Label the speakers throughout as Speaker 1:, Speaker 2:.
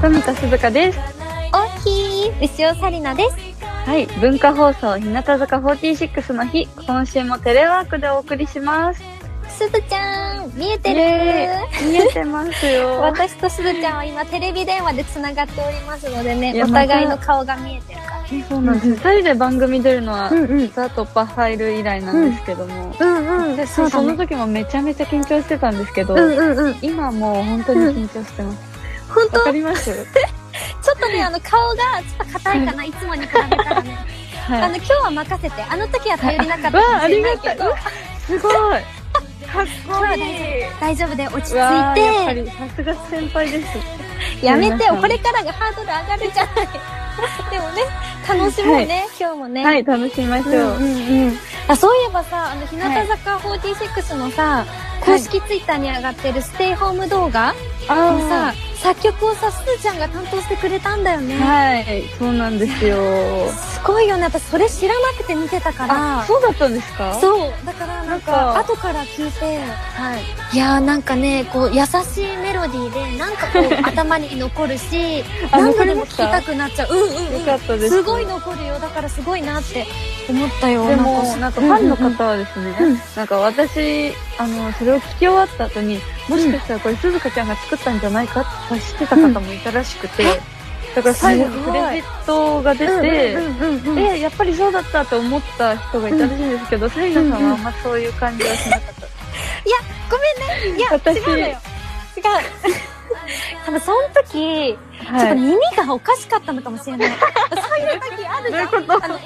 Speaker 1: 富田鈴香です。
Speaker 2: 大きい牛尾紗理奈です。
Speaker 1: はい、文化放送日向坂46の日、今週もテレワークでお送りします。
Speaker 2: すずちゃん見えてる、
Speaker 1: ねえ見えてます よ。
Speaker 2: 私とすずちゃんは今テレビ電話で繋がっておりますので
Speaker 1: い
Speaker 2: ね、
Speaker 1: や
Speaker 2: お互いの顔が見えてるから。
Speaker 1: そうなんです。二人で番組出るのは、
Speaker 2: んうん。
Speaker 1: ザ・突破ファイル以来なんですけども、
Speaker 2: うんうん。で、
Speaker 1: そうその
Speaker 2: ね。
Speaker 1: 時もめちゃめちゃ緊張してたんですけど、
Speaker 2: うんうんうん。
Speaker 1: 今もう本当に緊張してます。
Speaker 2: 本
Speaker 1: わ、
Speaker 2: 当
Speaker 1: かります
Speaker 2: ちょっとね、あの顔がちょっと硬いかな、いつもに比べたらね。あ
Speaker 1: は
Speaker 2: の、
Speaker 1: い。
Speaker 2: 今日は任せて、あの時は頼りなかったか
Speaker 1: わあ、
Speaker 2: も
Speaker 1: あ
Speaker 2: し
Speaker 1: り
Speaker 2: れな
Speaker 1: が
Speaker 2: い
Speaker 1: た
Speaker 2: け
Speaker 1: い。う
Speaker 2: ど
Speaker 1: わ、す ごい。かっこいい。
Speaker 2: 大丈夫で落ち着い
Speaker 1: わあやっぱ
Speaker 2: て、
Speaker 1: りさすが先輩です。
Speaker 2: やめてよ、
Speaker 1: 皆さん
Speaker 2: これからがハードル上がるじゃない。でもね、楽しもうね、今日もね。
Speaker 1: はい、楽しみましょう。
Speaker 2: うんうん、あそういえばさあの日向坂46のさ、公式ツイッターに上がってるステイホーム動画
Speaker 1: あ
Speaker 2: のさ、作曲をさすずちゃんが担当してくれたんだよね、
Speaker 1: はい、そうなんですよ。
Speaker 2: すごいよね私それ知らなくて見てたから
Speaker 1: あ、そうだったんですか
Speaker 2: そうだからなんか
Speaker 1: なん
Speaker 2: 後から聞いて
Speaker 1: はい。
Speaker 2: いやーなんかねこう優しいメロディーでなんかこ う頭に残るし
Speaker 1: あ
Speaker 2: 何度で
Speaker 1: 残り
Speaker 2: も
Speaker 1: ま
Speaker 2: 聴き
Speaker 1: した
Speaker 2: たくなっちゃううんうん、うん、
Speaker 1: よかったです
Speaker 2: ごい残るよだからすごいなって思ったよ
Speaker 1: でも、なんかファンの方はですね、
Speaker 2: うんうんうん
Speaker 1: なんか私、あの、それを聞き終わった後に、もしかしたらこれ鈴鹿ちゃんが作ったんじゃないかって知ってた方もいたらしくて、だから最後にクレジットが出て、
Speaker 2: うんうんうんうん
Speaker 1: で、やっぱりそうだったと思った人がいたらしいんですけど、サリナさんはあんまそういう感じはしなかった。
Speaker 2: ごめんね。いや、
Speaker 1: 私
Speaker 2: 違うのよ。違う。多分その時、ちょっ
Speaker 1: は
Speaker 2: と
Speaker 1: い。
Speaker 2: 耳がおかしかったのかもしれない。そういう時あるじゃん。
Speaker 1: どういうこと
Speaker 2: あのこ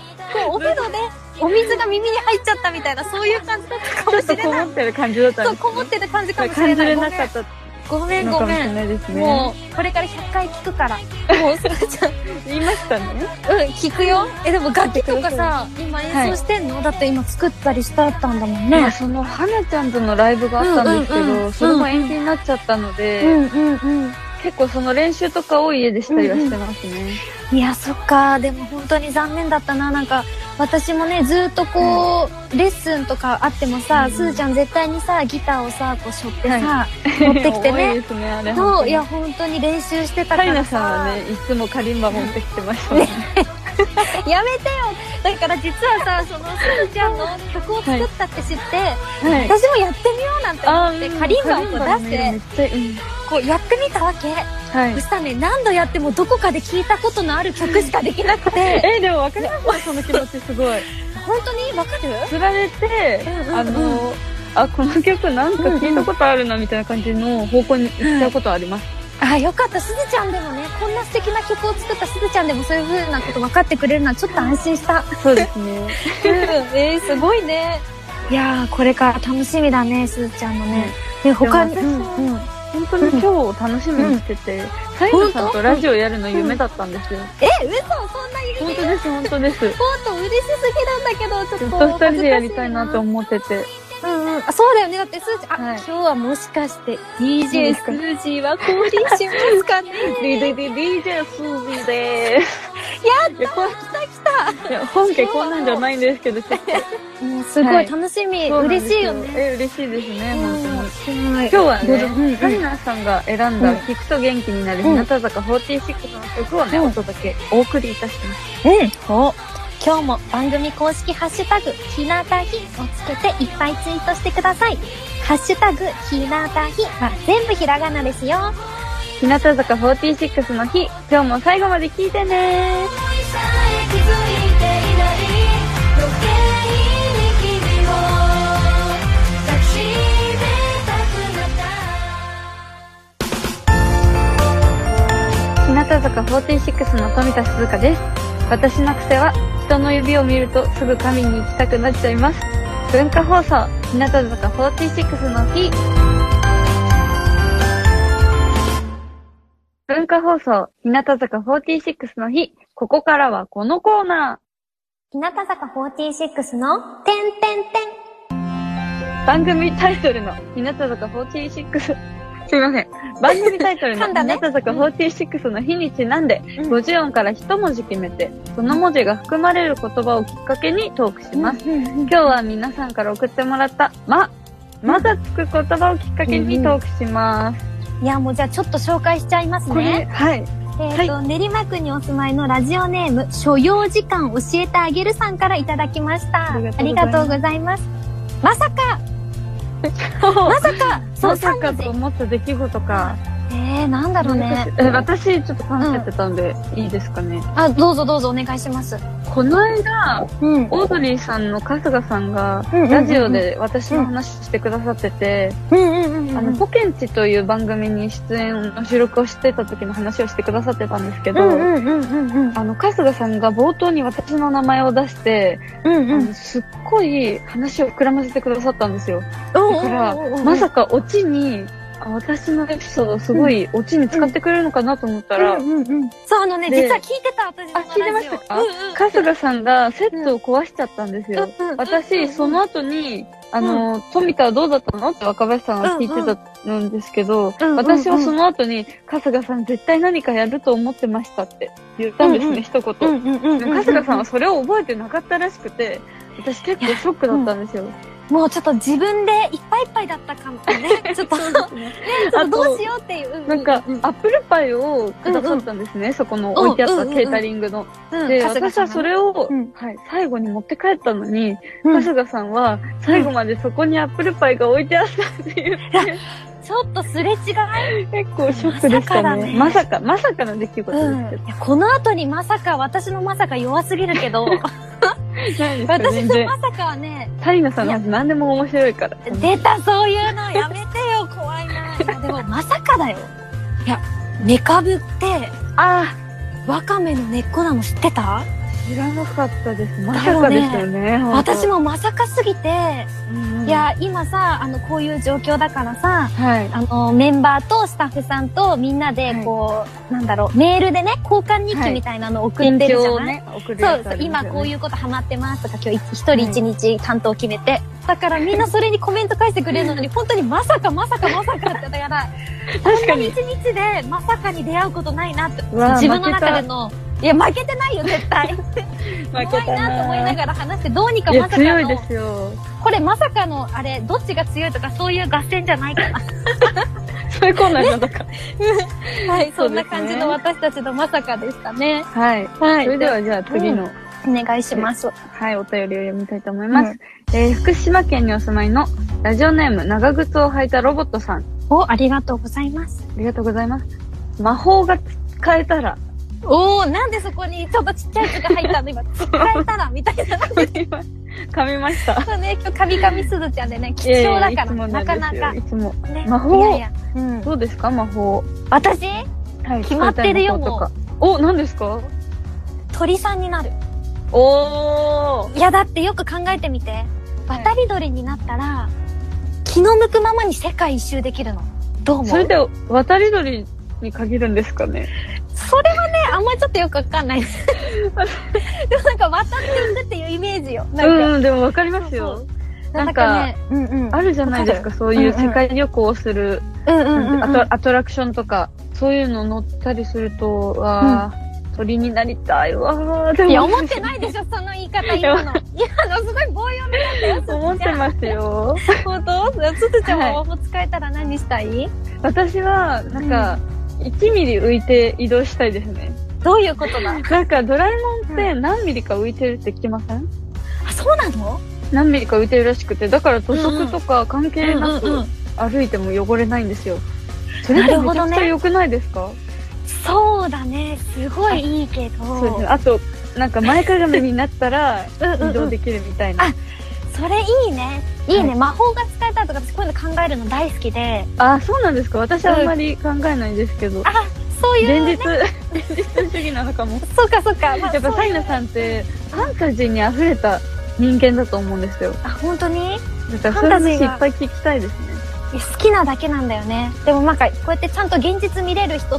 Speaker 2: うお風呂でお水が耳に入っちゃったみたいな、そういう感じだったかも
Speaker 1: ちょ
Speaker 2: し
Speaker 1: っと
Speaker 2: れ
Speaker 1: こ
Speaker 2: な
Speaker 1: も
Speaker 2: い。
Speaker 1: ってる感じだった
Speaker 2: そ
Speaker 1: ん
Speaker 2: う、
Speaker 1: です
Speaker 2: こもってる感じかもし
Speaker 1: 感
Speaker 2: れ
Speaker 1: じ
Speaker 2: な
Speaker 1: れ
Speaker 2: い。
Speaker 1: なかった
Speaker 2: ごめん
Speaker 1: の
Speaker 2: ご
Speaker 1: かもし
Speaker 2: め
Speaker 1: れ
Speaker 2: ん。
Speaker 1: ないですね。
Speaker 2: もう、これから100回聞くから。もう、それじゃ
Speaker 1: 言いましたね。
Speaker 2: うん、聞くよ。え、でも楽器とかさ、今演奏してんのだって今作ったりしたったんだもん
Speaker 1: まあ
Speaker 2: ね。
Speaker 1: その花ちゃんとのライブがあったんですけど、
Speaker 2: うんうんうん
Speaker 1: それも延期になっちゃったので、
Speaker 2: うんうん。
Speaker 1: 結構その練習とかを家でしたりはしてますね。
Speaker 2: いや、そっか。でも本当に残念だったな。なんか、私もね、ずっとこう、レッスンとかあってもさ、
Speaker 1: うん
Speaker 2: すーちゃん絶対にさ、ギターをさ、こう、しょってさ、
Speaker 1: は
Speaker 2: 持ってきて
Speaker 1: 多い
Speaker 2: ね。
Speaker 1: ですね、あれ。
Speaker 2: そう、いや、本当に練習してた
Speaker 1: カ
Speaker 2: か
Speaker 1: リ
Speaker 2: ら
Speaker 1: ナ
Speaker 2: さ。
Speaker 1: さんはね、いつもカリンバ持ってきてましたね。
Speaker 2: やめてよだから実はさ、そのすーちゃんの曲を作ったって知って、
Speaker 1: はい。
Speaker 2: 私もやってみようなんて思って、
Speaker 1: ー
Speaker 2: カリンバをこう出して
Speaker 1: カリン、バねめっちゃいい
Speaker 2: こうやってみたわけ。
Speaker 1: はい
Speaker 2: そ。したらね、何度やってもどこかで聴いたことのある曲しかできなくて、
Speaker 1: え、でも分かりますその気持ちすごい。
Speaker 2: 本当にわかる
Speaker 1: 釣られて
Speaker 2: うんうんう、ん
Speaker 1: あの、あ、この曲なんか聞いたことあるなみたいな感じの方向に行っちゃうことはあります。
Speaker 2: あよかったすずちゃんでもねこんな素敵な曲を作ったすずちゃんでもそういう風なこと分かってくれるのはちょっと安心した
Speaker 1: そうですね。
Speaker 2: うんえー、すごいねいやーこれから楽しみだねすずちゃんのねで他に
Speaker 1: でも私は
Speaker 2: うんうん
Speaker 1: 本当に今日を楽しみにしてて、サイナさんとラジオやるの夢だったんですよ。
Speaker 2: え嘘そんな
Speaker 1: 本
Speaker 2: 夢
Speaker 1: 当です、本当です。ずっ
Speaker 2: ポート嬉しすぎなんだけどちょっと
Speaker 1: と二人でやりたいなと
Speaker 2: う
Speaker 1: 思ってて。
Speaker 2: うんうんあそうだよねだってすずちゃん、
Speaker 1: はい
Speaker 2: あ今日はもしかして
Speaker 1: いい
Speaker 2: DJ
Speaker 1: です
Speaker 2: ス
Speaker 1: か
Speaker 2: ージーは降臨しますかね
Speaker 1: DJ スージーでーす。やっ
Speaker 2: 来
Speaker 1: た
Speaker 2: た来た
Speaker 1: いや、本家こんなんじゃないんですけど、ちょっと。
Speaker 2: もうすご
Speaker 1: はいい
Speaker 2: 楽しみ、
Speaker 1: そうなんで
Speaker 2: 嬉
Speaker 1: す
Speaker 2: しいよね
Speaker 1: え、嬉しいですね、
Speaker 2: う
Speaker 1: 本当に。
Speaker 2: んすごい
Speaker 1: 今日は
Speaker 2: うんう
Speaker 1: ね、
Speaker 2: ん
Speaker 1: カリナさんが選んだ
Speaker 2: うん
Speaker 1: 聞くと元気になる日
Speaker 2: うん
Speaker 1: 向坂46の曲をね、
Speaker 2: うん
Speaker 1: お届け、お送りいたします。
Speaker 2: うん。お今日も番組公式ハッシュタグ、ひなたひをつけていっぱいツイートしてください。ハッシュタグ、ひなたひは全部ひらがなですよ。
Speaker 1: 日向坂46の日、今日も最後まで聞いてねー。日向坂46の富田鈴香です私の癖は人の指を見るとすぐ神に行きたくなっちゃいます文化放送日向坂46の日文化放送日向坂46の日ここからはこのコーナ
Speaker 2: 日向坂46の、てんてんてん。
Speaker 1: ー番組タイトルの日向坂46すいません番組タイトルの
Speaker 2: 噛ん
Speaker 1: 日
Speaker 2: だね
Speaker 1: 向坂46の日にちなんで
Speaker 2: うん
Speaker 1: 50音から一文字決めて、その文字が含まれる言葉をきっかけにトークします。
Speaker 2: 今
Speaker 1: 今日は皆さんから送ってもらった、ま、まだつく言葉をきっかけにトークします。
Speaker 2: いや、もうじゃあちょっと紹介しちゃいます
Speaker 1: これ、
Speaker 2: ね。
Speaker 1: はい。
Speaker 2: えっと、練馬区にお住まいのラジオネーム、所要時間教えてあげるさんからいただきました。あ
Speaker 1: あ
Speaker 2: り
Speaker 1: り
Speaker 2: が
Speaker 1: が
Speaker 2: と
Speaker 1: と
Speaker 2: う
Speaker 1: う
Speaker 2: ご
Speaker 1: ご
Speaker 2: ざいます。まさか、まさか、そ
Speaker 1: ま
Speaker 2: う、
Speaker 1: さ
Speaker 2: 3
Speaker 1: か
Speaker 2: 文
Speaker 1: と
Speaker 2: 字。
Speaker 1: 思った出来事か。
Speaker 2: えー、なんだろうね。
Speaker 1: え私、ちょっと考えてたんで、いいですかね。
Speaker 2: あ、どうぞどうぞお願いします。
Speaker 1: この間、
Speaker 2: うん。
Speaker 1: オードリーさんの春日さんが、
Speaker 2: うんうんうん
Speaker 1: ラジオで私の話してくださってて、
Speaker 2: うんうんうんうん。
Speaker 1: あの、ポケンチという番組に出演の収録をしてた時の話をしてくださってたんですけ
Speaker 2: う
Speaker 1: ど、
Speaker 2: んうんうんうんうん。
Speaker 1: あの、春日さんが冒頭に私の名前を出して、
Speaker 2: うんう
Speaker 1: あ
Speaker 2: ん
Speaker 1: の。すっごい話を膨らませてくださったんですよ。
Speaker 2: お
Speaker 1: だから、まさかオチに、あ私のエピソードをすごいオチに使ってくれるのかなと思ったら、
Speaker 2: うんうんうん。そう、あのね、
Speaker 1: で
Speaker 2: 実は聞いてた、私のラジオ。
Speaker 1: あ聞いてましたか
Speaker 2: うん
Speaker 1: 春日さんがセットを壊しちゃったんですよ。
Speaker 2: うんうん。
Speaker 1: 私、その後に、あの、富田はどうだったのって若林さんは聞いてたんですけど、
Speaker 2: うんうん
Speaker 1: 私はその後に、春日さん絶対何かやると思ってましたって言ったんですね、
Speaker 2: うんうん
Speaker 1: 一
Speaker 2: う
Speaker 1: 言。
Speaker 2: んうんうん。
Speaker 1: でも春日さんはそれを覚えてなかったらしくて、私結構ショックだったんですよ。
Speaker 2: もうちょっと自分でいっぱいいっぱいだったかもね。ちょっ と、ね、ちょっとどうしようっていう。
Speaker 1: なんか、アップルパイをくださったんですね、そこの置いてあったケータリングの。で、私はそ
Speaker 2: を、
Speaker 1: れを、
Speaker 2: うん
Speaker 1: はい、最後に持って帰ったのに、
Speaker 2: うん
Speaker 1: 春日さんは、最後までそこにアップルパイが置いてあったっていう、
Speaker 2: ちょっとすれ違い。
Speaker 1: 結構ショックでしたね。
Speaker 2: ま
Speaker 1: まさか、まさかの出来事です
Speaker 2: うん。いやこの後にまさか、私のまさか弱すぎるけど、
Speaker 1: けど。ないですよ
Speaker 2: 私
Speaker 1: 全
Speaker 2: の
Speaker 1: 然。
Speaker 2: まさかはね、
Speaker 1: タイナさんは何でも面白いから。
Speaker 2: 出たそういうのやめてよ、怖いな。いやでもまさかだよ。いや、メカブって、
Speaker 1: あ
Speaker 2: ワカメの根っこなの知ってた
Speaker 1: ー知らなかったです。まさかでしたよね。本当
Speaker 2: 私、もまさかすぎて、
Speaker 1: うんうん
Speaker 2: い、や、今さ、あの、こういう状況だからさ、
Speaker 1: はい。
Speaker 2: あの、メンバーとスタッフさんとみんなで
Speaker 1: は、い
Speaker 2: こう、なんだろう、メールでね、交換日記みたいなのを送ってるじゃない、
Speaker 1: ね、送る
Speaker 2: そう
Speaker 1: やつ
Speaker 2: そ
Speaker 1: あ
Speaker 2: う、
Speaker 1: りま
Speaker 2: 今
Speaker 1: すよね
Speaker 2: こういうことハマってますとか、今日一人一日担当決めて。だからみんなそれにコメント返してくれるのに、本当にまさかまさかまさかって、だから、
Speaker 1: 確かに
Speaker 2: 一。日でまさかに出会うことないなって、
Speaker 1: うわ
Speaker 2: 自分の中での、いや、負けてないよ、絶 対。怖いなと思いな
Speaker 1: ら。
Speaker 2: がら話して、どうにか
Speaker 1: いや、
Speaker 2: まさか
Speaker 1: 強いで
Speaker 2: の、
Speaker 1: すよ。
Speaker 2: これまさかの、あれ、どっちが強いとかそういう合戦じゃないから。
Speaker 1: そういうコーナーなのか。
Speaker 2: はい、そ
Speaker 1: そうんで
Speaker 2: な
Speaker 1: すね
Speaker 2: 感じの私たちのまさかでしたね。
Speaker 1: はい。
Speaker 2: は
Speaker 1: それではじゃあ次の、
Speaker 2: お願いします。
Speaker 1: はい、お便りを読みたいと思います。えー福島県にお住まいの、ラジオネーム、長靴を履いたロボットさん。
Speaker 2: お、ありがとうございます。
Speaker 1: ありがとうございます。魔法が使えたら、
Speaker 2: おー、なんでそこにちょっとちっちゃいやつが入ったの今、使えたら、みたいな。
Speaker 1: 噛みました。
Speaker 2: そうね、今日、カミカミすずちゃんでね、貴重だ
Speaker 1: い
Speaker 2: か
Speaker 1: やいやいつも
Speaker 2: ら、な
Speaker 1: な
Speaker 2: ん
Speaker 1: で
Speaker 2: か
Speaker 1: す
Speaker 2: なか。
Speaker 1: よいつも。
Speaker 2: ね、
Speaker 1: 魔法
Speaker 2: いやいや、うん。
Speaker 1: どうですか魔法。
Speaker 2: 私、
Speaker 1: はい
Speaker 2: 決まってるよ
Speaker 1: 使いたい魔法とかお、何ですか
Speaker 2: 鳥さんになる。
Speaker 1: おー。
Speaker 2: いや、だってよく考えてみて。渡り鳥になったら、気の向くままに世界一周できるの。どう思う
Speaker 1: それで、渡り鳥に限るんですかね
Speaker 2: それはね、あんまりちょっとよくわかんないです。でもなんか渡っていくっていうイメージよ。
Speaker 1: う
Speaker 2: なん
Speaker 1: ん
Speaker 2: か、
Speaker 1: うん、でもわかりますよ。
Speaker 2: なんかね、うんうん。
Speaker 1: あるじゃないですか、そういう世界旅行をする、
Speaker 2: うんうんうんうん。
Speaker 1: アトアトラクションとか、そういうの乗ったりすると、わー、鳥になりたいわー。でも
Speaker 2: いや、思ってないでしょ、その言い方、今の。今のすごい棒読みなんだよ、。
Speaker 1: 思ってますすよ。
Speaker 2: 本当つつちゃん
Speaker 1: はい
Speaker 2: は魔法使えたら何したい
Speaker 1: 私は、なんか、1ミリ浮いて移動したいですね。
Speaker 2: どういうことだ
Speaker 1: なんか、ドラえもんって何ミリか浮いてるって聞きません
Speaker 2: あ、そうなの
Speaker 1: 何ミリか浮いてるらしくて、だから土足とか関係な
Speaker 2: うんうんう
Speaker 1: く
Speaker 2: ん
Speaker 1: 歩いても汚れないんですよ。それっ
Speaker 2: な
Speaker 1: て
Speaker 2: るほ
Speaker 1: めち
Speaker 2: ど
Speaker 1: ゃ
Speaker 2: ね
Speaker 1: くちゃ良くないですか
Speaker 2: そうだね、すごいいいけど。
Speaker 1: そうですね。あと、なんか前かがみになったら
Speaker 2: うんうんうん
Speaker 1: 移動できるみたいな。
Speaker 2: あそれいいね。いいね、魔法が使えたらとか、私こういうの考えるの大好きで。
Speaker 1: あ、そうなんですか私はあんまり考えないですけど。
Speaker 2: あ、そういう。
Speaker 1: 現実、現実主義なのかも。
Speaker 2: そうかそうか。まあ
Speaker 1: やっぱ
Speaker 2: そう
Speaker 1: サイナさんって、ファンタジーに溢れた人間だと思うんですよ。
Speaker 2: あ、本当に
Speaker 1: だからそういう話いっぱい聞きたいですね。
Speaker 2: いや好きなだけなんだよね。でもなんか、こうやってちゃんと現実見れる 人と、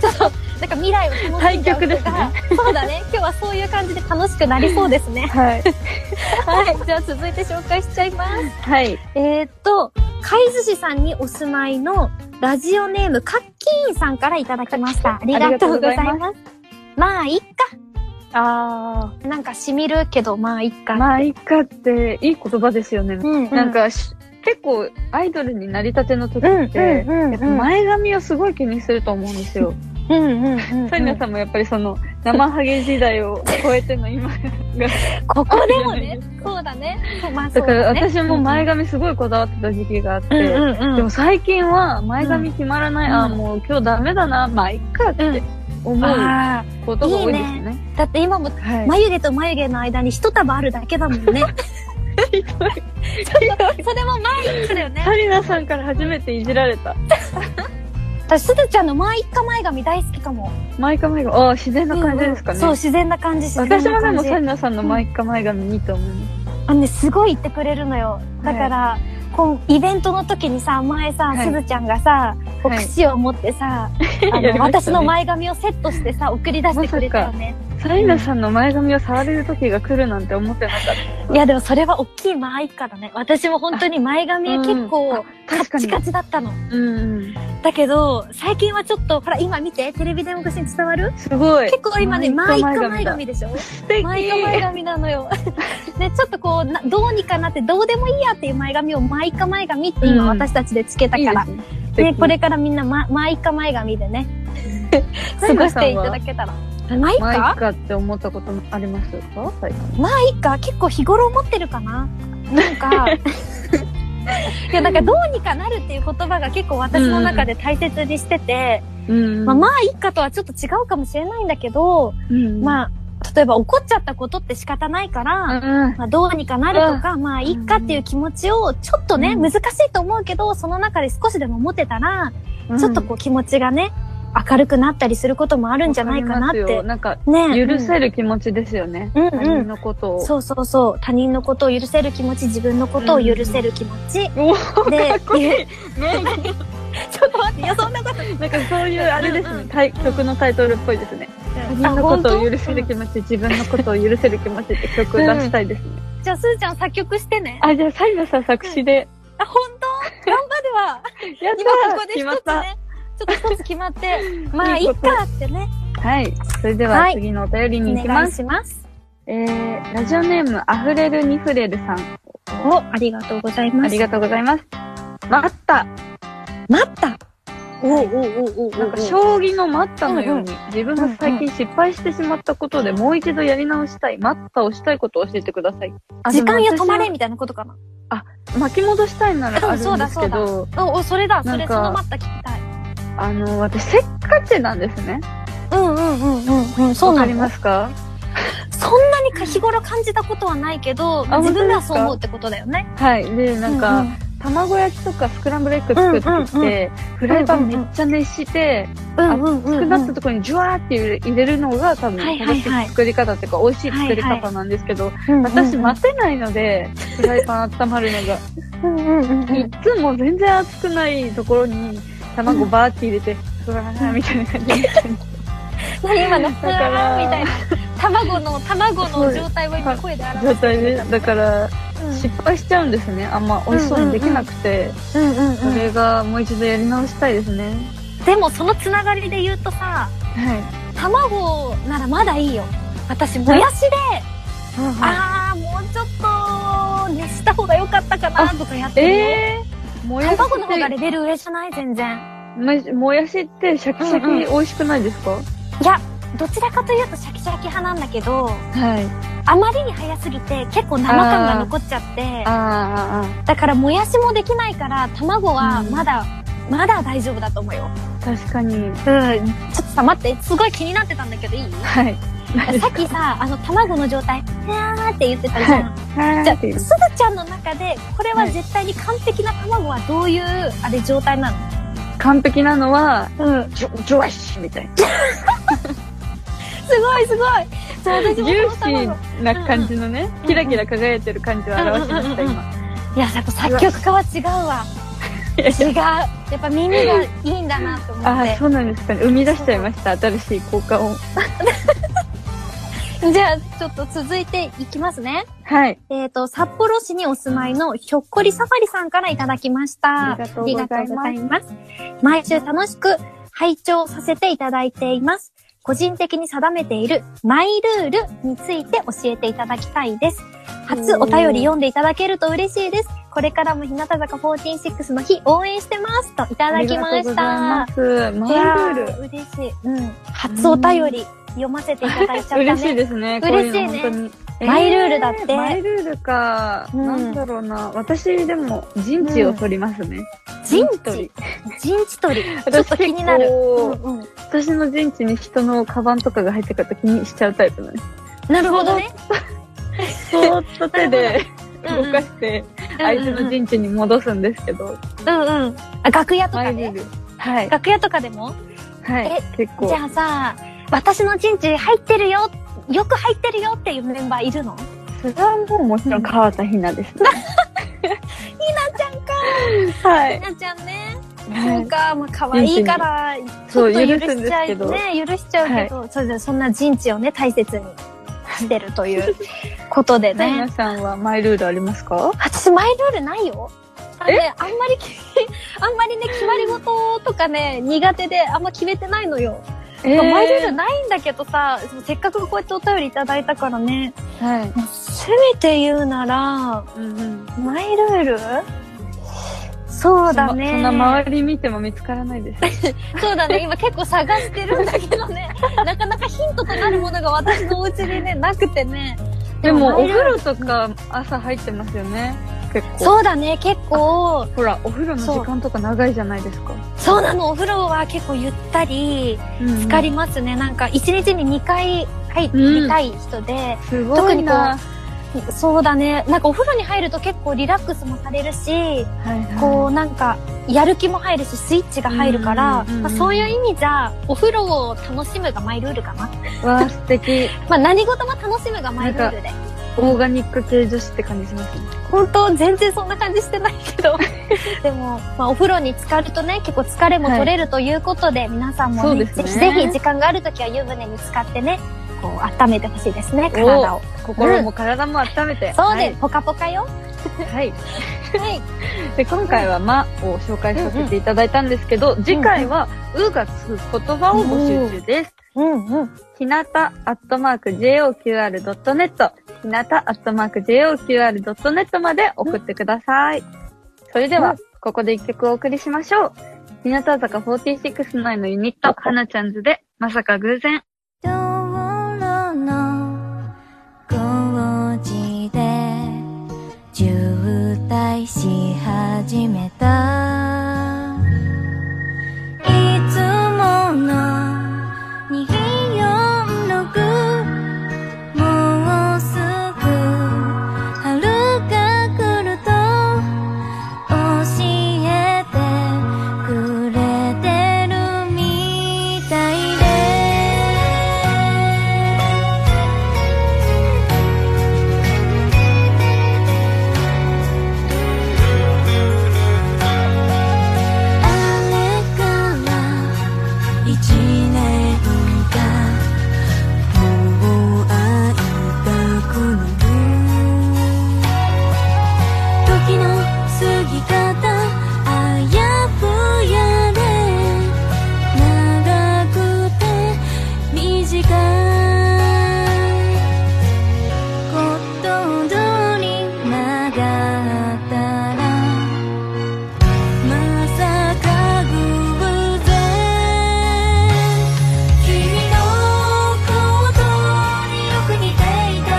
Speaker 2: ちょっと、なんか未来を楽しんじゃう人が
Speaker 1: 対局ですね
Speaker 2: そうだね。今日はそういう感じで楽しくなりそうですね。
Speaker 1: はい。
Speaker 2: はい。じゃあ続いて紹介しちゃいます。
Speaker 1: はい。
Speaker 2: えーっと、海津市さんにお住まいのラジオネームカッキーンさんからいただきました。ありがとうござい
Speaker 1: あり
Speaker 2: ます。まあ、いっ
Speaker 1: あ
Speaker 2: か。なんか染みるけど、まあ、いっ
Speaker 1: ー。
Speaker 2: か。
Speaker 1: まあ、いっかって、いい言葉ですよね。
Speaker 2: うん、うん。
Speaker 1: なん、かし、結構、アイドルになりたての時
Speaker 2: うん、うん
Speaker 1: って、
Speaker 2: うん、
Speaker 1: やっぱ
Speaker 2: うん。
Speaker 1: 前髪をすごい気にすると思うんですよ。
Speaker 2: うんうんうん、
Speaker 1: ソニナさんもやっぱりその、生ハゲ時代を超えての今が。
Speaker 2: ここでも ね、そうだね。まあ
Speaker 1: だから
Speaker 2: そうね
Speaker 1: 私も前髪すごいこだわってた時期があって、
Speaker 2: うんうんうん
Speaker 1: でも最近は前髪決まらない、
Speaker 2: うん
Speaker 1: ああ、もう今日ダメだな、まあ、いっかって思う
Speaker 2: あ
Speaker 1: ことが多いですね。
Speaker 2: ーだって今も
Speaker 1: はい。
Speaker 2: 眉毛と眉毛の間に一束あるだけだもんね。ちょっと、それも毎日だよね。
Speaker 1: サリナさんから初めていじられた。
Speaker 2: 私、すずちゃんの毎日前髪大好きかも。
Speaker 1: 前髪が、ああ、自然な感じですかね。
Speaker 2: そう、自然な感じ、自然な感
Speaker 1: 私
Speaker 2: じ。
Speaker 1: もでもサリナさんの前髪前髪いいと思います。
Speaker 2: あのね、すごい言ってくれるのよ。だから、こう、イベントの時にさ、前さ、
Speaker 1: はい
Speaker 2: すずちゃんがさ、こう
Speaker 1: はい
Speaker 2: 櫛を持ってさ、あ
Speaker 1: やり
Speaker 2: の、
Speaker 1: ましたね
Speaker 2: 私の前髪をセットしてさ、送り出してくれたよね。
Speaker 1: サリナさんの前髪を触れる時が来るなんて思ってなかっ
Speaker 2: いや、でもそれは大きい間合いからね。私も本当に前髪
Speaker 1: あ
Speaker 2: 結構、カ
Speaker 1: た。確か
Speaker 2: ッチ
Speaker 1: に
Speaker 2: カ。チだったの。
Speaker 1: うんうん。
Speaker 2: だけど、最近はちょっと、ほら、今見て、テレビ電話越しに伝わる
Speaker 1: すごい。
Speaker 2: 結構今ね、
Speaker 1: マ
Speaker 2: マ
Speaker 1: イ
Speaker 2: イ
Speaker 1: カ
Speaker 2: カ
Speaker 1: 前
Speaker 2: 前髪
Speaker 1: 髪
Speaker 2: でしょ
Speaker 1: 素敵。
Speaker 2: マイカ前髪なのよ。ね、ちょっとこうな、どうにかなって、どうでもいいやっていう前髪をマイカ前髪って
Speaker 1: うん
Speaker 2: 今私たちでつけた
Speaker 1: いい
Speaker 2: か
Speaker 1: で
Speaker 2: ら。
Speaker 1: すね。素
Speaker 2: で
Speaker 1: 敵
Speaker 2: これからみんな、ま、マイカ前髪でね、 過ごしていただけたら。マイ
Speaker 1: マイ
Speaker 2: カ
Speaker 1: カって思ったことありますか最近
Speaker 2: マイカ結構日頃思ってるかななん か、いや、なんかどうにかなるっていう言葉が結構私の中で大切にしてて、
Speaker 1: うん
Speaker 2: まあ、マイカとはちょっと違うかもしれないんだけど、
Speaker 1: あ、
Speaker 2: まあ、例えば怒っちゃったことって仕方ないから、
Speaker 1: うん
Speaker 2: まあ、どうにかなるとか、まあ、いいかっていう気持ちを、ちょっとね、
Speaker 1: うん
Speaker 2: 難しいと思うけど、その中で少しでも持てたら、ちょっとこう気持ちがね、明るくなったりすることもあるんじゃないかなっ
Speaker 1: わかりますよ
Speaker 2: て。
Speaker 1: なんか、
Speaker 2: ね。
Speaker 1: 許せ
Speaker 2: る。
Speaker 1: る気持ちですよね。
Speaker 2: うん
Speaker 1: 他
Speaker 2: う
Speaker 1: 人
Speaker 2: ん。
Speaker 1: のことを。
Speaker 2: そうそうそう。他人のことを許せる気持ち、自分のことを許せる気持ち。
Speaker 1: お
Speaker 2: で、
Speaker 1: なん
Speaker 2: ち
Speaker 1: か
Speaker 2: ょっと待ってよ、そんなこと。
Speaker 1: なんかそういうあれです
Speaker 2: うんう
Speaker 1: ね
Speaker 2: ん
Speaker 1: タイ。曲のタイトルっぽいですね。他人のことを許せる
Speaker 2: 気持ち。
Speaker 1: 気持ち、自分のことを許せる気持ちって曲出したいですね。
Speaker 2: じゃあ、すーちゃん作曲してね。
Speaker 1: あ、じゃあ、サイナさん作詞で。
Speaker 2: あ、本当頑張る わ。
Speaker 1: やった
Speaker 2: 今ここ
Speaker 1: ー
Speaker 2: で
Speaker 1: 決ま
Speaker 2: 一
Speaker 1: っ
Speaker 2: つ
Speaker 1: た。
Speaker 2: ね。ちょっと一つ決まって、 まあ、
Speaker 1: い
Speaker 2: い
Speaker 1: い
Speaker 2: い
Speaker 1: こと
Speaker 2: かってね。
Speaker 1: はい。それでは
Speaker 2: はい
Speaker 1: 次のお便りに行
Speaker 2: お
Speaker 1: きま
Speaker 2: 願い
Speaker 1: す。
Speaker 2: します。
Speaker 1: えー、ラジオネーム、あふれるにふれるさん。
Speaker 2: お、ありがとうございます。
Speaker 1: ありがとうございます。待った。
Speaker 2: 待ったおうおうおうおうおう
Speaker 1: なんか将棋の待ったのように、自分が最
Speaker 2: うん
Speaker 1: 近失敗してしまったことでもう一度やり直したい、待ったをしたいことを教えてください。
Speaker 2: 時間や止まれ
Speaker 1: 私
Speaker 2: みたいなことかな。
Speaker 1: は巻き戻したいならある
Speaker 2: うんそ
Speaker 1: ん
Speaker 2: う
Speaker 1: で
Speaker 2: だ
Speaker 1: すけど、
Speaker 2: お、お、それだ。そ
Speaker 1: な
Speaker 2: れ、
Speaker 1: んか
Speaker 2: その待った聞きたい。
Speaker 1: あの、私せっかちなんですね。
Speaker 2: うんうんうんうんうん。
Speaker 1: わか
Speaker 2: の
Speaker 1: りますか
Speaker 2: そんなにか日頃感じたことはないけど、
Speaker 1: あ
Speaker 2: 自分ではそう
Speaker 1: 本
Speaker 2: 思
Speaker 1: 当
Speaker 2: うってことだよね。
Speaker 1: はい。で、なんか、
Speaker 2: う
Speaker 1: 卵焼きとかスクランブルエッグ作ってきて、
Speaker 2: うんうん
Speaker 1: フライパンめっちゃ熱して、
Speaker 2: うんうんうんう
Speaker 1: 熱く
Speaker 2: ん。
Speaker 1: なったところにジュワーって入れ入れるのが多分
Speaker 2: はいはい
Speaker 1: 正し
Speaker 2: はい
Speaker 1: い作り方っていうか、美味しい作り方なんですけど、私待てないので、フライパン温まるのが。
Speaker 2: うんうんうんう
Speaker 1: い
Speaker 2: ん。
Speaker 1: つも全然熱くないところに卵バーって入れて、うわーみたいな感じで。
Speaker 2: 何今の、
Speaker 1: だから
Speaker 2: みたいな。卵の、卵
Speaker 1: そう
Speaker 2: の状態を今声で表
Speaker 1: 状
Speaker 2: して
Speaker 1: 態
Speaker 2: くれ
Speaker 1: で
Speaker 2: た。。
Speaker 1: だから、
Speaker 2: うん
Speaker 1: 失敗しちゃうんですね。あんま美味しそうにできなくて。
Speaker 2: うんうん
Speaker 1: それがもう一度やり直したいですね。
Speaker 2: うん。でもそのつながりで言うとさ、
Speaker 1: はい。
Speaker 2: 卵ならまだいいよ。私、もやしで、
Speaker 1: あ
Speaker 2: あー、もうちょっと、熱した方が良かったかなとかやってるよ。
Speaker 1: えー、もやし
Speaker 2: 卵の方が
Speaker 1: っ
Speaker 2: レベル上じゃない全然。
Speaker 1: て、ももやしってシャキシャ
Speaker 2: うんう
Speaker 1: キ美味しくないですか、
Speaker 2: いや、どちらかというとシャキシャキ派なんだけど、
Speaker 1: はい。
Speaker 2: あまりに早すぎて結構生感が残っちゃって、
Speaker 1: あーあ
Speaker 2: だからもやしもできないから卵はまだ、まだ大丈夫だと思うよ。
Speaker 1: ー、あー確かに。
Speaker 2: うん。ちょっとさ、待って、すごい気になってたんだけどいい
Speaker 1: はい。
Speaker 2: さっきさ、あの卵の状態、ふわーって言ってたじゃん。じゃ
Speaker 1: は
Speaker 2: あ、すずちゃんの中で、これは絶対に完璧な卵はどういう、あれ、状態なの
Speaker 1: 完璧なのは、
Speaker 2: うん。
Speaker 1: ジョ、ジョワッシュみたいな。
Speaker 2: すごいすごいそう、
Speaker 1: ジ
Speaker 2: 私
Speaker 1: ュ
Speaker 2: もその
Speaker 1: ーシ
Speaker 2: 卵。
Speaker 1: ーな感じのね、
Speaker 2: うん
Speaker 1: キラキラ輝いてる感じを表しました、
Speaker 2: うんうん
Speaker 1: 今。
Speaker 2: いや、やっぱ作曲家は違うわ。
Speaker 1: いや
Speaker 2: 違う。やっぱ耳がいいんだなと思
Speaker 1: あ
Speaker 2: っ
Speaker 1: あ、そうなんですかね。生み出しちゃいました、新しい効果音。
Speaker 2: て。じゃあ、ちょっと続いていきますね。
Speaker 1: はい。
Speaker 2: えっ、と、札幌市にお住まいのひょっこりサファリさんからいただきました。
Speaker 1: ありがとうござ
Speaker 2: あ
Speaker 1: います
Speaker 2: りがとうございます毎週楽しく拝聴させていただいています。個人的に定めているマイルールについて教えていただきたいです。初お便り読んでいただけると嬉しいです。これからも日向坂46の日応援してますといただきました。
Speaker 1: ありがとうございます。マイルール。
Speaker 2: ル嬉しい。うん。初お便り読ませていただいちゃったね。
Speaker 1: 嬉しいですね。こういうの
Speaker 2: 嬉しいね
Speaker 1: 本当に。えー
Speaker 2: マイルールだって
Speaker 1: マイルールか。
Speaker 2: うん
Speaker 1: なんだろうな。私でも、陣地を取りますね。
Speaker 2: 陣
Speaker 1: 取
Speaker 2: 地
Speaker 1: り。
Speaker 2: 陣地取り。 ちょっと気になる。
Speaker 1: 私結
Speaker 2: うんうん
Speaker 1: 私の陣地に人のカバンとかが入ってくると気にしちゃうタイプなんです。
Speaker 2: なるほどね。
Speaker 1: そ ーっと手で
Speaker 2: なるほど
Speaker 1: 動かして、相手の陣地に戻すんですけど。
Speaker 2: うんうん。あ、楽屋と
Speaker 1: マ
Speaker 2: か
Speaker 1: イルー
Speaker 2: ね。
Speaker 1: ル。はい。
Speaker 2: 楽屋とかでも
Speaker 1: はい。結
Speaker 2: じ
Speaker 1: 構。
Speaker 2: ゃあさ、私の陣地入ってるよ、よく入ってるよっていうメンバーいるの
Speaker 1: それはもうもちろん川田ひ なです。ひなちゃんか。 は
Speaker 2: ひ
Speaker 1: い。
Speaker 2: なちゃんね。
Speaker 1: は
Speaker 2: そう
Speaker 1: い
Speaker 2: か、まあ可愛いから、ち
Speaker 1: そ
Speaker 2: ょっ
Speaker 1: う
Speaker 2: と許
Speaker 1: 許すん
Speaker 2: しち
Speaker 1: です
Speaker 2: ゃ
Speaker 1: けど
Speaker 2: う、ね、許しちゃうけど、そうですそんな陣地をね、大切にしてるということで
Speaker 1: ダイ
Speaker 2: ね
Speaker 1: ナ。さんはマイルールありますか
Speaker 2: 私、マイルールないよ。あのねあんまりき、 あんまりね、決まり事とかね、苦手で、あんま決めてないのよ。
Speaker 1: え
Speaker 2: マイルールないんだけどさ、せっかくこうやってお便りいただいたからね、
Speaker 1: はい。
Speaker 2: せめて言うなら、
Speaker 1: うんうん。
Speaker 2: マイルールそうだね。
Speaker 1: そんな周り見ても見つからない です。
Speaker 2: そうだね。今結構探してるんだけどね。 なかなかヒントとなるものが私のお家にね、なくてね。
Speaker 1: でも、
Speaker 2: マ
Speaker 1: お
Speaker 2: イル
Speaker 1: 風呂とか朝入ってますよね。結構。
Speaker 2: そうだね。結構、
Speaker 1: ほら、お風呂の時間とか長いじゃないですか。
Speaker 2: そうなの。お風呂は結構ゆったり、
Speaker 1: うん
Speaker 2: 浸かりますね。なんか、一日に2回入りたい人で、
Speaker 1: すごいな。
Speaker 2: そうだね。なんかお風呂に入ると結構リラックスもされるし、
Speaker 1: はいはい
Speaker 2: こうなんか、やる気も入るし、スイッチが入るから、
Speaker 1: うんうんうん
Speaker 2: まあ、そういう意味じゃ、お風呂を楽しむがマイルールかな。
Speaker 1: わあ、素敵。
Speaker 2: まあ何事も楽しむがマイルールで。
Speaker 1: オーガニック系女子って感じしますね。
Speaker 2: 本当全然そんな感じしてないけ どでも、まあ、お風呂に浸かるとね結構疲れも取れるということで、皆さんも
Speaker 1: そう
Speaker 2: ね
Speaker 1: です
Speaker 2: ぜ
Speaker 1: ね
Speaker 2: ひぜひ時間がある時は湯船に浸かってねこう温めてほしいですね体を
Speaker 1: 心も体も温めて。
Speaker 2: そうです、ポカポカよ
Speaker 1: す。は
Speaker 2: は
Speaker 1: い。
Speaker 2: い
Speaker 1: で今回は「ま」を紹介させていただいたんですけど、次回は「う」がつく言葉を募集中です。
Speaker 2: うんうん
Speaker 1: ひなたアットマーク JOQR.net ひなたアットマーク JOQR.net まで送ってください。それでは、
Speaker 2: うん
Speaker 1: ここで一曲お送りしましょう。日向坂46内のユニット、はなちゃんズで、まさか偶然。
Speaker 3: 道路の工事で渋滞し始めたいつもの246もうすぐ春が来ると教えてくれてるみたいであれから一年がもう会いたくなる時の過ぎ方あやふやで長くて短いこと通り曲がったらまさか偶然君の行動によく似ていた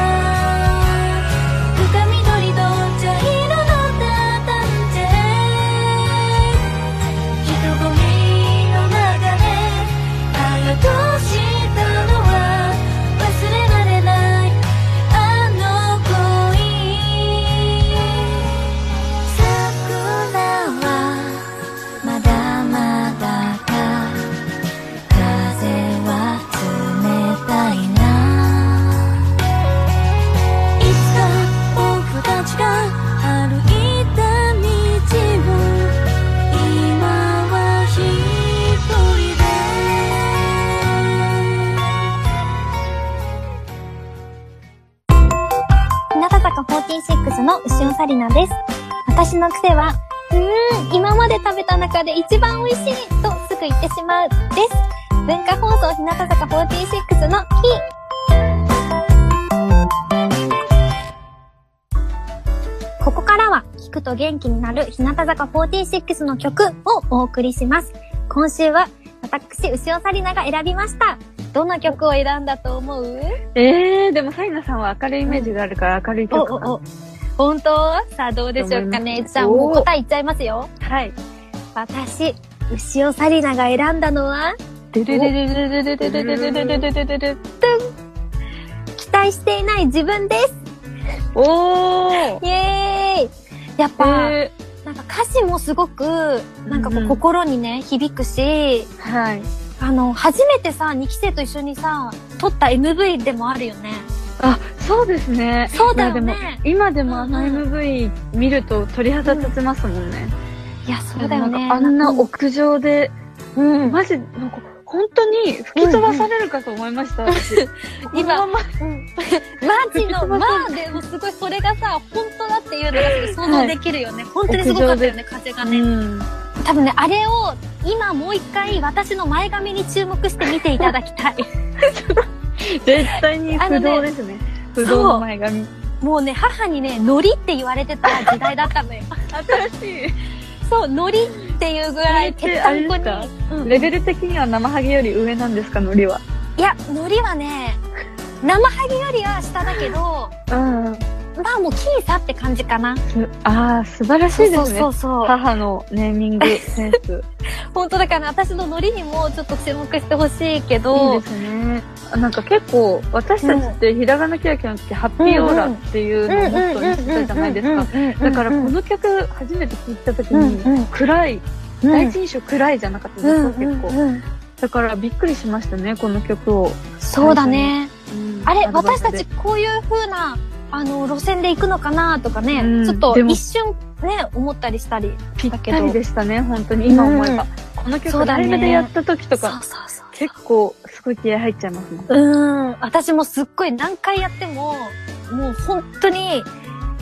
Speaker 3: 深緑と茶色のタタンチェ人混みの中であとしたのは忘れられないあの恋桜はまだまだか風は冷たいな「いつか僕たちが歩いた道を今はひとりで」
Speaker 2: 日向坂46の牛尾紗理奈です私の癖はうーん今まで食べた中で一番美味しいとすぐ言ってしまうです文化放送日向坂46の日。ここからは、聞くと元気になる日向坂46の曲をお送りします。今週は、私、牛尾さりなが選びました。どの曲を選んだと思う
Speaker 1: えー、でもサイナさんは明るいイメージがあるから明るい
Speaker 2: お
Speaker 1: 曲かな
Speaker 2: おお。本当さあどうでしょうかね。じゃあもう答えいっちゃいますよ。
Speaker 1: はい。
Speaker 2: 私、牛尾さりなが選んだのは、
Speaker 1: でるでるでるでるでるでるでるでるでる。
Speaker 2: 期待していない自分です。
Speaker 1: おー
Speaker 2: イエーイやっぱ、
Speaker 1: え
Speaker 2: なんか歌詞もすごく、なんかこ
Speaker 1: うんう
Speaker 2: うん心にね、響くし、
Speaker 1: ー、はい。
Speaker 2: あの、初めてさ、二期生と一緒にさ、撮った MV でもあるよね。
Speaker 1: あ、そうですね。
Speaker 2: そうだよね
Speaker 1: いやでも今でもあの
Speaker 2: うんう
Speaker 1: MV 見ると鳥肌立ちますもんね。
Speaker 2: いや、そうだよね。
Speaker 1: なんかあんな
Speaker 2: う
Speaker 1: 屋上で、
Speaker 2: うん。
Speaker 1: マジ、なんか本当に吹き飛ばされるかと思いました。私
Speaker 2: 今
Speaker 1: このまま
Speaker 2: マジ の、まあでもすごい、それがさ、本当だっていうのがすごい想像できるよね。本当にすごかったよね、風がね。
Speaker 1: うん
Speaker 2: 多分ね、あれを今もう一回私の前髪に注目して見ていただきたい。
Speaker 1: 絶対に不動ですね。不動の前髪。
Speaker 2: もうね、母にね、ノリって言われてた時代だったのよ。
Speaker 1: 新しい。
Speaker 2: そう、ノリっていうぐらい、
Speaker 1: それ
Speaker 2: ぺっ
Speaker 1: っ
Speaker 2: てた
Speaker 1: あ
Speaker 2: ん
Speaker 1: れ
Speaker 2: こ
Speaker 1: で
Speaker 2: に
Speaker 1: すか。
Speaker 2: うん
Speaker 1: レベル的には生ハゲより上なんですか、ノリは。
Speaker 2: いや、ノリはね、生ハゲよりは下だけど、
Speaker 1: うん。
Speaker 2: まあもう僅差って感じかな。
Speaker 1: ああ、素晴らしい
Speaker 2: そう
Speaker 1: ですね。
Speaker 2: そうそうそう。
Speaker 1: 母のネーミングセンス。
Speaker 2: 本当だから、私のノリにもちょっと注目してほしいけ
Speaker 1: い
Speaker 2: ど、
Speaker 1: いですね。なんか結構、私たちってひらがなキラキラの時、ハッピーオーラっていうのをモットーにしてたじゃないですか。だからこの曲初めて聴いた時
Speaker 2: うんうん
Speaker 1: に、暗い、第一印象暗いじゃなかったですか、結構。
Speaker 2: うんうんうん
Speaker 1: だからびっくりしましたね、この曲を。
Speaker 2: そうだね。あれ、
Speaker 1: アルバムで
Speaker 2: 私たちこういう風な、あの、路線で行くのかなとかね、
Speaker 1: うん
Speaker 2: ちょっと
Speaker 1: でも
Speaker 2: 一瞬ね、思ったりしたり
Speaker 1: ぴっ
Speaker 2: だけ
Speaker 1: た
Speaker 2: ど。
Speaker 1: りでしたね、本当に。今思えば
Speaker 2: う。
Speaker 1: この
Speaker 2: そ
Speaker 1: 曲
Speaker 2: うだ
Speaker 1: ラ
Speaker 2: ね
Speaker 1: イブでやった時と
Speaker 2: そう
Speaker 1: か、
Speaker 2: そうそう。
Speaker 1: 結構すごい気合入っちゃいますね。
Speaker 2: うーん。私もすっごい何回やっても、もう本当に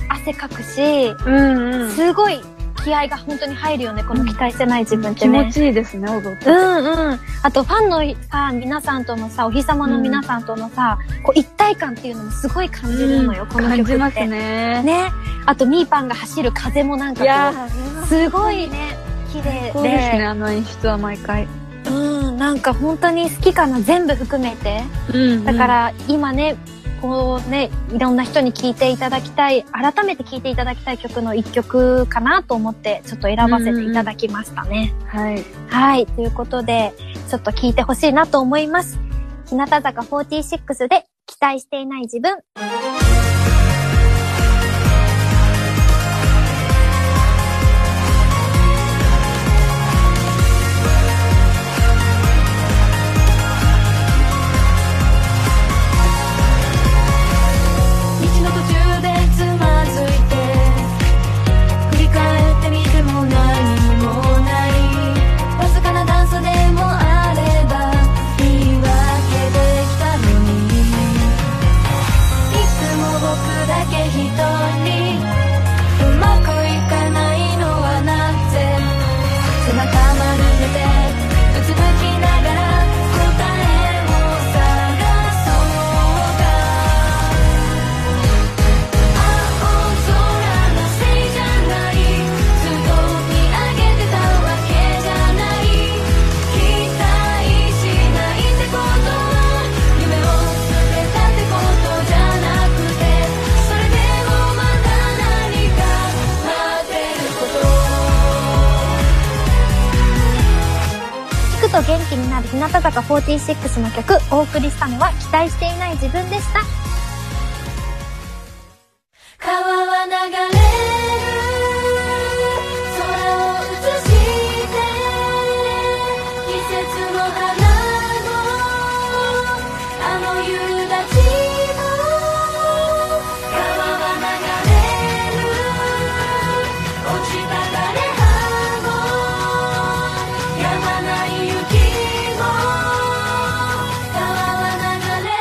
Speaker 2: 汗かくし、
Speaker 1: うん
Speaker 2: すごい気合が本当に入るよね、この期待してない自分って
Speaker 1: 気持
Speaker 2: ね。
Speaker 1: ちいいですね、踊って
Speaker 2: う。んうん。あと、ファンのさ、皆さんとのさ、お日様の皆さんとのさ、こう、一体感っていうのもすごい感じるのよ、この曲って。
Speaker 1: 感じますね。
Speaker 2: ね。あと、ミーパンが走る風もなんか
Speaker 1: いや
Speaker 2: こ
Speaker 1: ー、
Speaker 2: う、すごいね、綺麗
Speaker 1: そう
Speaker 2: で。
Speaker 1: ですね、あの演出は毎回。
Speaker 2: うん、なんか本当に好きかな、全部含めて。
Speaker 1: うん
Speaker 2: だか、ら、今ね、こうね、いろんな人に聴いていただきたい、改めて聴いていただきたい曲の一曲かなと思って、ちょっと選ばせていただきましたね。
Speaker 1: はい。
Speaker 2: はい、ということで、ちょっと聴いてほしいなと思います。日向坂46で、期待していない自分。
Speaker 3: 道の途中でつまずいて振り返ってみても何もないわずかな段差でもあれば言い訳できたのにいつも僕だけ一人うまくいかないのはなぜ背中丸めてうつむきながら答えを探そうか青空のせいじゃないずっと見上げてたものわけじゃない期待しないってことは夢を捨てたってことじゃなくてそれでもまだ何か待ってること
Speaker 2: 聞くと元気になる日向坂46の曲、お送りしたのは、期待していない自分でした。
Speaker 3: 川は流れる空を映して季節の花のあの夕立ちの川は流れる落ちた枯れ葉もやまない雪も川は流れる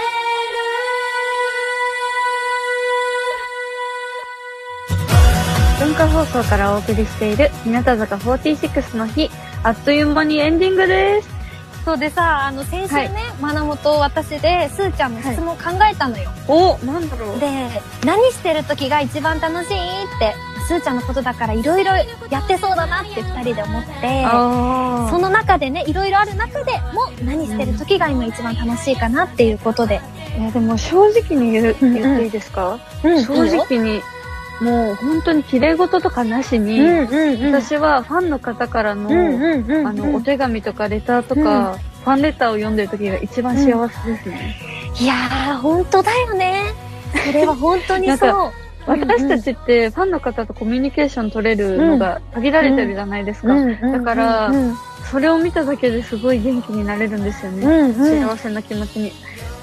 Speaker 1: 文化放送からお送りしている、日向坂46の日、あっという間にエンディングです。
Speaker 2: そうでさ、あの、先週ね、まなもと私で、すーちゃんの質問を考えたのよ。
Speaker 1: おなんだろう。
Speaker 2: で、何してる時が一番楽しいって、すーちゃんのことだからいろいろやってそうだなって二人で思って、
Speaker 1: あ
Speaker 2: その中でね、いろいろある中でも、何してる時が今一番楽しいかなっていうことで。
Speaker 1: いやでも正直に言う
Speaker 2: うんうん
Speaker 1: 言っていいですか、
Speaker 2: うん
Speaker 1: 正直にもう本当に綺麗事とかなし
Speaker 2: う
Speaker 1: に、
Speaker 2: んうんうん。
Speaker 1: 私はファンの方からの、
Speaker 2: うんうんうん。
Speaker 1: あのお手紙とかレターとか、ファンレターを読んでる時が一番幸せですね、
Speaker 2: いやー、本当だよね。それは本当に
Speaker 1: な
Speaker 2: そう。
Speaker 1: 私たちってファンの方とコミュニケーション取れるのが限られてるじゃないですか、だから
Speaker 2: うん
Speaker 1: それを見ただけですごい元気になれるんですよ
Speaker 2: う
Speaker 1: ね、
Speaker 2: んうん
Speaker 1: 幸せな気持ちに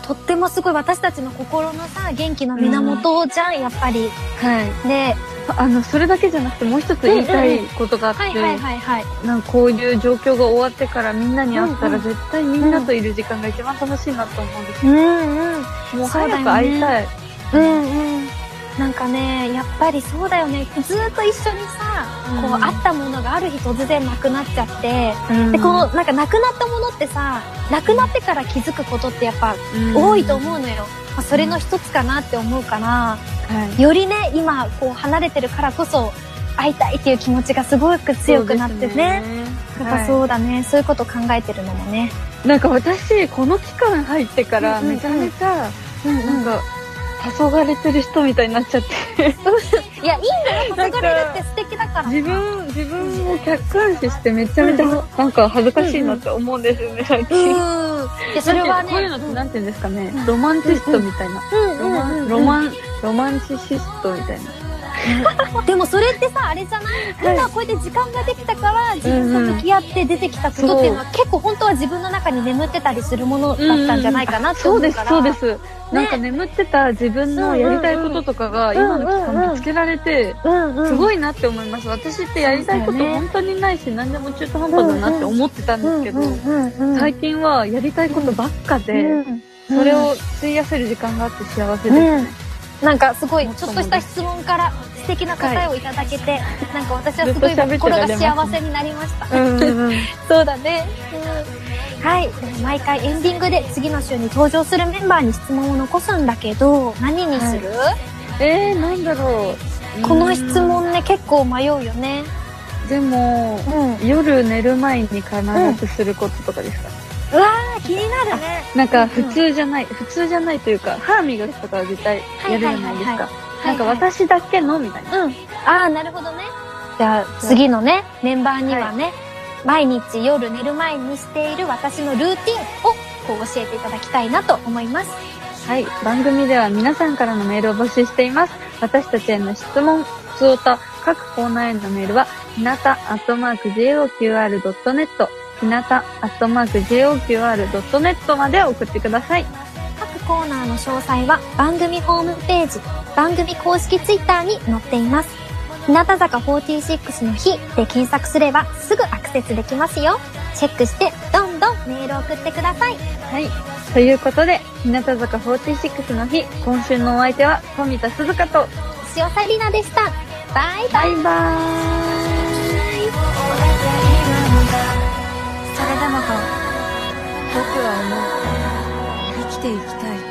Speaker 2: とってもすごい私たちの心のさ、元気の源じゃん、やっぱり。
Speaker 1: はい
Speaker 2: で、
Speaker 1: あのそれだけじゃなくてもう一つ言いたいことがあって、
Speaker 2: はいはいはいはい。
Speaker 1: なんかこういう状況が終わってからみんなに会った
Speaker 2: うんう
Speaker 1: ら
Speaker 2: ん
Speaker 1: 絶対みんなといる時間が一番楽しいなと思うんです
Speaker 2: うんうん。
Speaker 1: もう
Speaker 2: そうだよ
Speaker 1: 早
Speaker 2: ね
Speaker 1: く会いたい、
Speaker 2: うんうん。なんかね、やっぱりそうだよね。ずーっと一緒にさ、こ
Speaker 1: う
Speaker 2: うんあったものがある日突然なくなっちゃって、で、
Speaker 1: で
Speaker 2: こ
Speaker 1: こ
Speaker 2: のなんかなくなったものってさ、なくなってから気づくことってやっぱ
Speaker 1: う、
Speaker 2: 多いと
Speaker 1: う、
Speaker 2: 思うのよ。まあ、それの一つかなって思うから、
Speaker 1: はい、
Speaker 2: よりね、今こう離れてるからこそ、会いたいっていう気持ちがすごく強くなって
Speaker 1: そう
Speaker 2: ね。
Speaker 1: ですね
Speaker 2: やっぱ
Speaker 1: は
Speaker 2: そうだね、そういうこと考えてるのもね。
Speaker 1: いなんか私この期間入ってから
Speaker 2: うんうんうん
Speaker 1: めちゃめちゃ
Speaker 2: うん
Speaker 1: なんか黄昏れてる人みたいになっちゃっ て
Speaker 2: いや、いいのよ、
Speaker 1: なん
Speaker 2: 黄
Speaker 1: か
Speaker 2: 昏れるって素敵だから。
Speaker 1: 自分自分を客観視してめちゃめちゃなんか恥ずかしいなって思うんですよね最
Speaker 2: う
Speaker 1: 近、
Speaker 2: ー ん。いや、それはね。
Speaker 1: こういうのってなんて言うんですかね、ロマンチストみたいな、
Speaker 2: うん
Speaker 1: ロマ
Speaker 2: うんうん
Speaker 1: ンロマンロマンチシストみたいな
Speaker 2: でもそれってさ、あれじゃない今こうやって時間ができたから、自分と向き合って出てきたことっていうのは、結構本当は自分の中に眠ってたりするものだったんじゃないかなって
Speaker 1: そ
Speaker 2: 思
Speaker 1: う
Speaker 2: うから。
Speaker 1: ですそうで。す、なんか眠ってた自分のやりたいこととかが今の期間見つけられて
Speaker 2: うんうん。
Speaker 1: すごいなって思います私ってやりたいこと本当にないし何でも中途半端だなって思ってたんですけど
Speaker 2: うんうんうん。
Speaker 1: 最近はやりたいことばっかで
Speaker 2: うん
Speaker 1: それを費やせる時間があって幸せ
Speaker 2: う
Speaker 1: です
Speaker 2: ん。なんかすごい、ちょっとした質問から素敵な答えをいただけて、なんか私はすごい
Speaker 1: ずっと喋って
Speaker 2: 心
Speaker 1: ら
Speaker 2: が
Speaker 1: れますね
Speaker 2: 幸せになりました。
Speaker 1: うんうんうん
Speaker 2: そうだね。はい。毎回エンディングで次の週に登場するメンバーに質問を残すんだけど、何にする、
Speaker 1: えー、なんだろう
Speaker 2: この質問ね、結構迷うよね。
Speaker 1: うんでも
Speaker 2: うん。あ、
Speaker 1: 夜寝る前に必ずすることとかですか、
Speaker 2: 気になるね。
Speaker 1: なんか普通じゃない、普通じゃないというか歯磨きとかは絶対やるじゃないですか、
Speaker 2: はいはいはいは
Speaker 1: なんか私だけのみたいな
Speaker 2: うん。ああ、なるほどね。じゃあ、次のね、メンバーにはね、毎日夜寝る前にしている私のルーティンを、こう教えていただきたいなと思います。
Speaker 1: はい。番組では皆さんからのメールを募集しています。私たちへの質問、普通歌、各コーナーへのメールは、ひなた、アットマーク、joqr.net、ひなた、アットマーク、joqr.net まで送ってください。
Speaker 2: 各コーナーの詳細は番組ホームページ、番組公式ツイッターに載っています。日向坂46の日で検索すればすぐアクセスできますよ。チェックしてどんどんメールを送ってください。
Speaker 1: はい。ということで、日向坂46の日、今週のお相手は、富田鈴香と、
Speaker 2: 塩さりなでした。バイバイ。
Speaker 1: バイバーイ
Speaker 3: それでもと僕は思う生きていきたい